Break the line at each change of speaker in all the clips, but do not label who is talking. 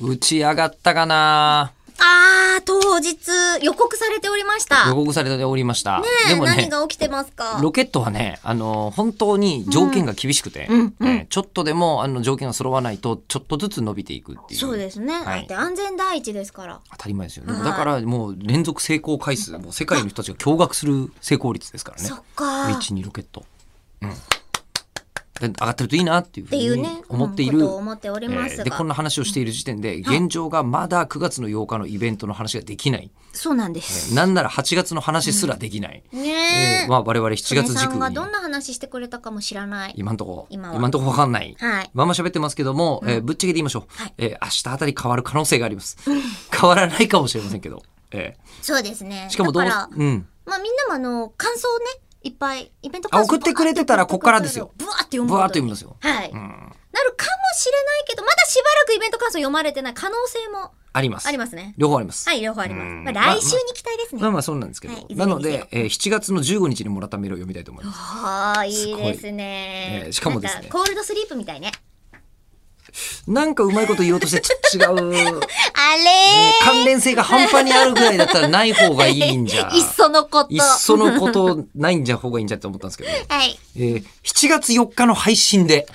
打ち上がったかな
あー、当日予告されておりました。
予
ね
告されておりました。
え、
でも
何
ね、
が起きてますか
ロケットはね、あの、本当に条件が厳しくて、
うんうん
えーちょっとでも、あの、条件が揃わないと、ちょっとずつ伸びていくっていう。
そうですね。
はい
だって安全第一ですから。
当たり前ですよね。
はい
だからもう連続成功回数、もう世界の人たちが驚愕する成功率ですからね
そ。っかー。
道にロケット。うん。で上がってるといいなっていう
っ
ふう
ていうね
に、思っている。
ことを思っております
えー
が。
でこんな話をしている時点で現状がまだ9月の8日のイベントの話ができない、
そうなんです。
なんなら8月の話すらできない、え
ねえ。
ーまあ、我々7
曽根
月
さ
軸
んがどん
に
な話してくれたかも知らない。
今んとこ
今
今
は
んとこ分かんない、
はい。
まんま喋ってますけども、えーぶっちゃけて言いましょう、
はい
えー明日あたり変わる可能性があります 変わらないかもしれませんけど、え
そうですね。
ーしかもどう
だから、
うん
まあみんなもあの、感想をね、いっぱい、イベント
あ送ってくれてたらこっからですよ
ブワーって読む
ぶ
ことに。
わーっと読みますよ、
はい。
うん、
なるかもしれないけど、まだしばらくイベント感想読まれてない可能性も
あります
ありますね。
両方あります、
はい、両方ありま
うん
す。まあ、来週に期待ですね。
まあまあそうなんですけど、
はいいず
な
れに
の
せよ
で、えー7月の15日にもらったメールを読みたいと思います
はあ、いいです
す
ね
ごい。えーしかもですね
なんコールドスリープみたいね。
なんかうまいこと言おうとしてち違う
あれー、
関連性が半端にあるぐらいだったらない方がいいんじゃ
。いっそのこと。
いっそ のことないんじゃ方がいいんじゃって思ったんですけど、
はい。
えー7月4日の配信で、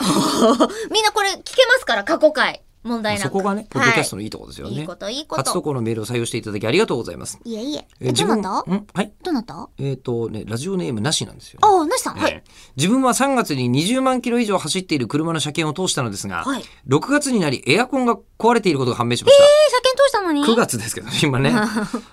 みんなこれ聞けますから、過去回。問題な
そ
く。
こがね、ポッドキャスト
の
のいいところですよ
いい
ね
こ。と、いいこ
初投
と。
稿のメールを採用していただきありがとうございます。
いえいえ。
えー
えどなた
んはい。
どなたあ
えっ、とね、ラジオネームなしなんですよね、
あ、なしさん。は
えー
い。
自分は3月に20万キロ以上走っている車の車検を通したのですが、
はい。えー、
6月になりエアコンが壊れていることが判明しました。
車検通したのに
9月ですけどね今 ね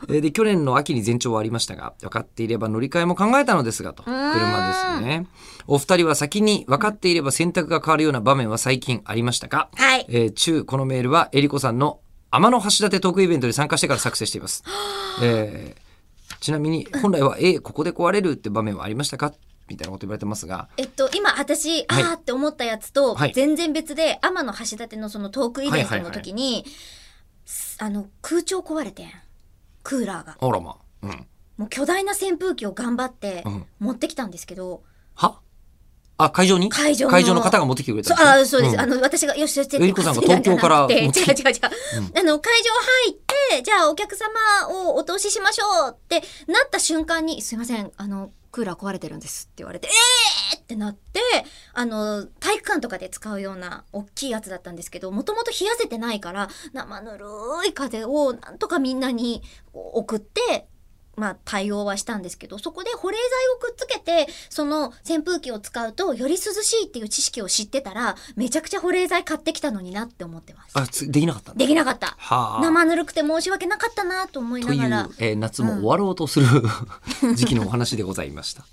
えーで去年の秋に前兆はありましたが分かっていれば乗り換えも考えたのですがと
うーん
車ですよねお二人は先に分かっていれば選択が変わるような場面は最近ありましたか、
はい。
えー中このメールはえりこさんの天の橋立トークイベントに参加してから作成してい ます、えーちなみに本来は「えーここで壊れる」って場面はありましたかみたいなこと言われてますが
えっと、今私、
はい
あーって思ったやつと、
はい
全然別で、天の橋立のそのトークイベントの時に、すあの、空調壊れてん。クーラーが。
あらまあうん
もう巨大な扇風機を頑張って
うん
持ってきたんですけど、
はあ会場に
会場の
方が持ってきてくれた
そ
ん
あー
です
そう
ね
です、
ん
あの、私が、よしよしって
えりこさんが東京から
違う違う違う、
持ってきて
あの、会場入って、じゃあお客様をお通ししましょうってなった瞬間に、すいません、あの、クーラー壊れてるんですって言われて、えーってなって、あの、体育館とかで使うような大きいやつだったんですけど、もともと冷やせてないから、生ぬるい風をなんとかみんなに送って、まあ、対応はしたんですけど、そこで保冷剤をくっつけて、その扇風機を使うと、より涼しいっていう知識を知ってたら、めちゃくちゃ保冷剤買ってきたのになって思ってます。
あつできなかったんだ
できなかった。
はあ
生ぬるくて申し訳なかったなと思い
と
な
いう
がら、
えー夏も終わろうとする、時期のお話でございました。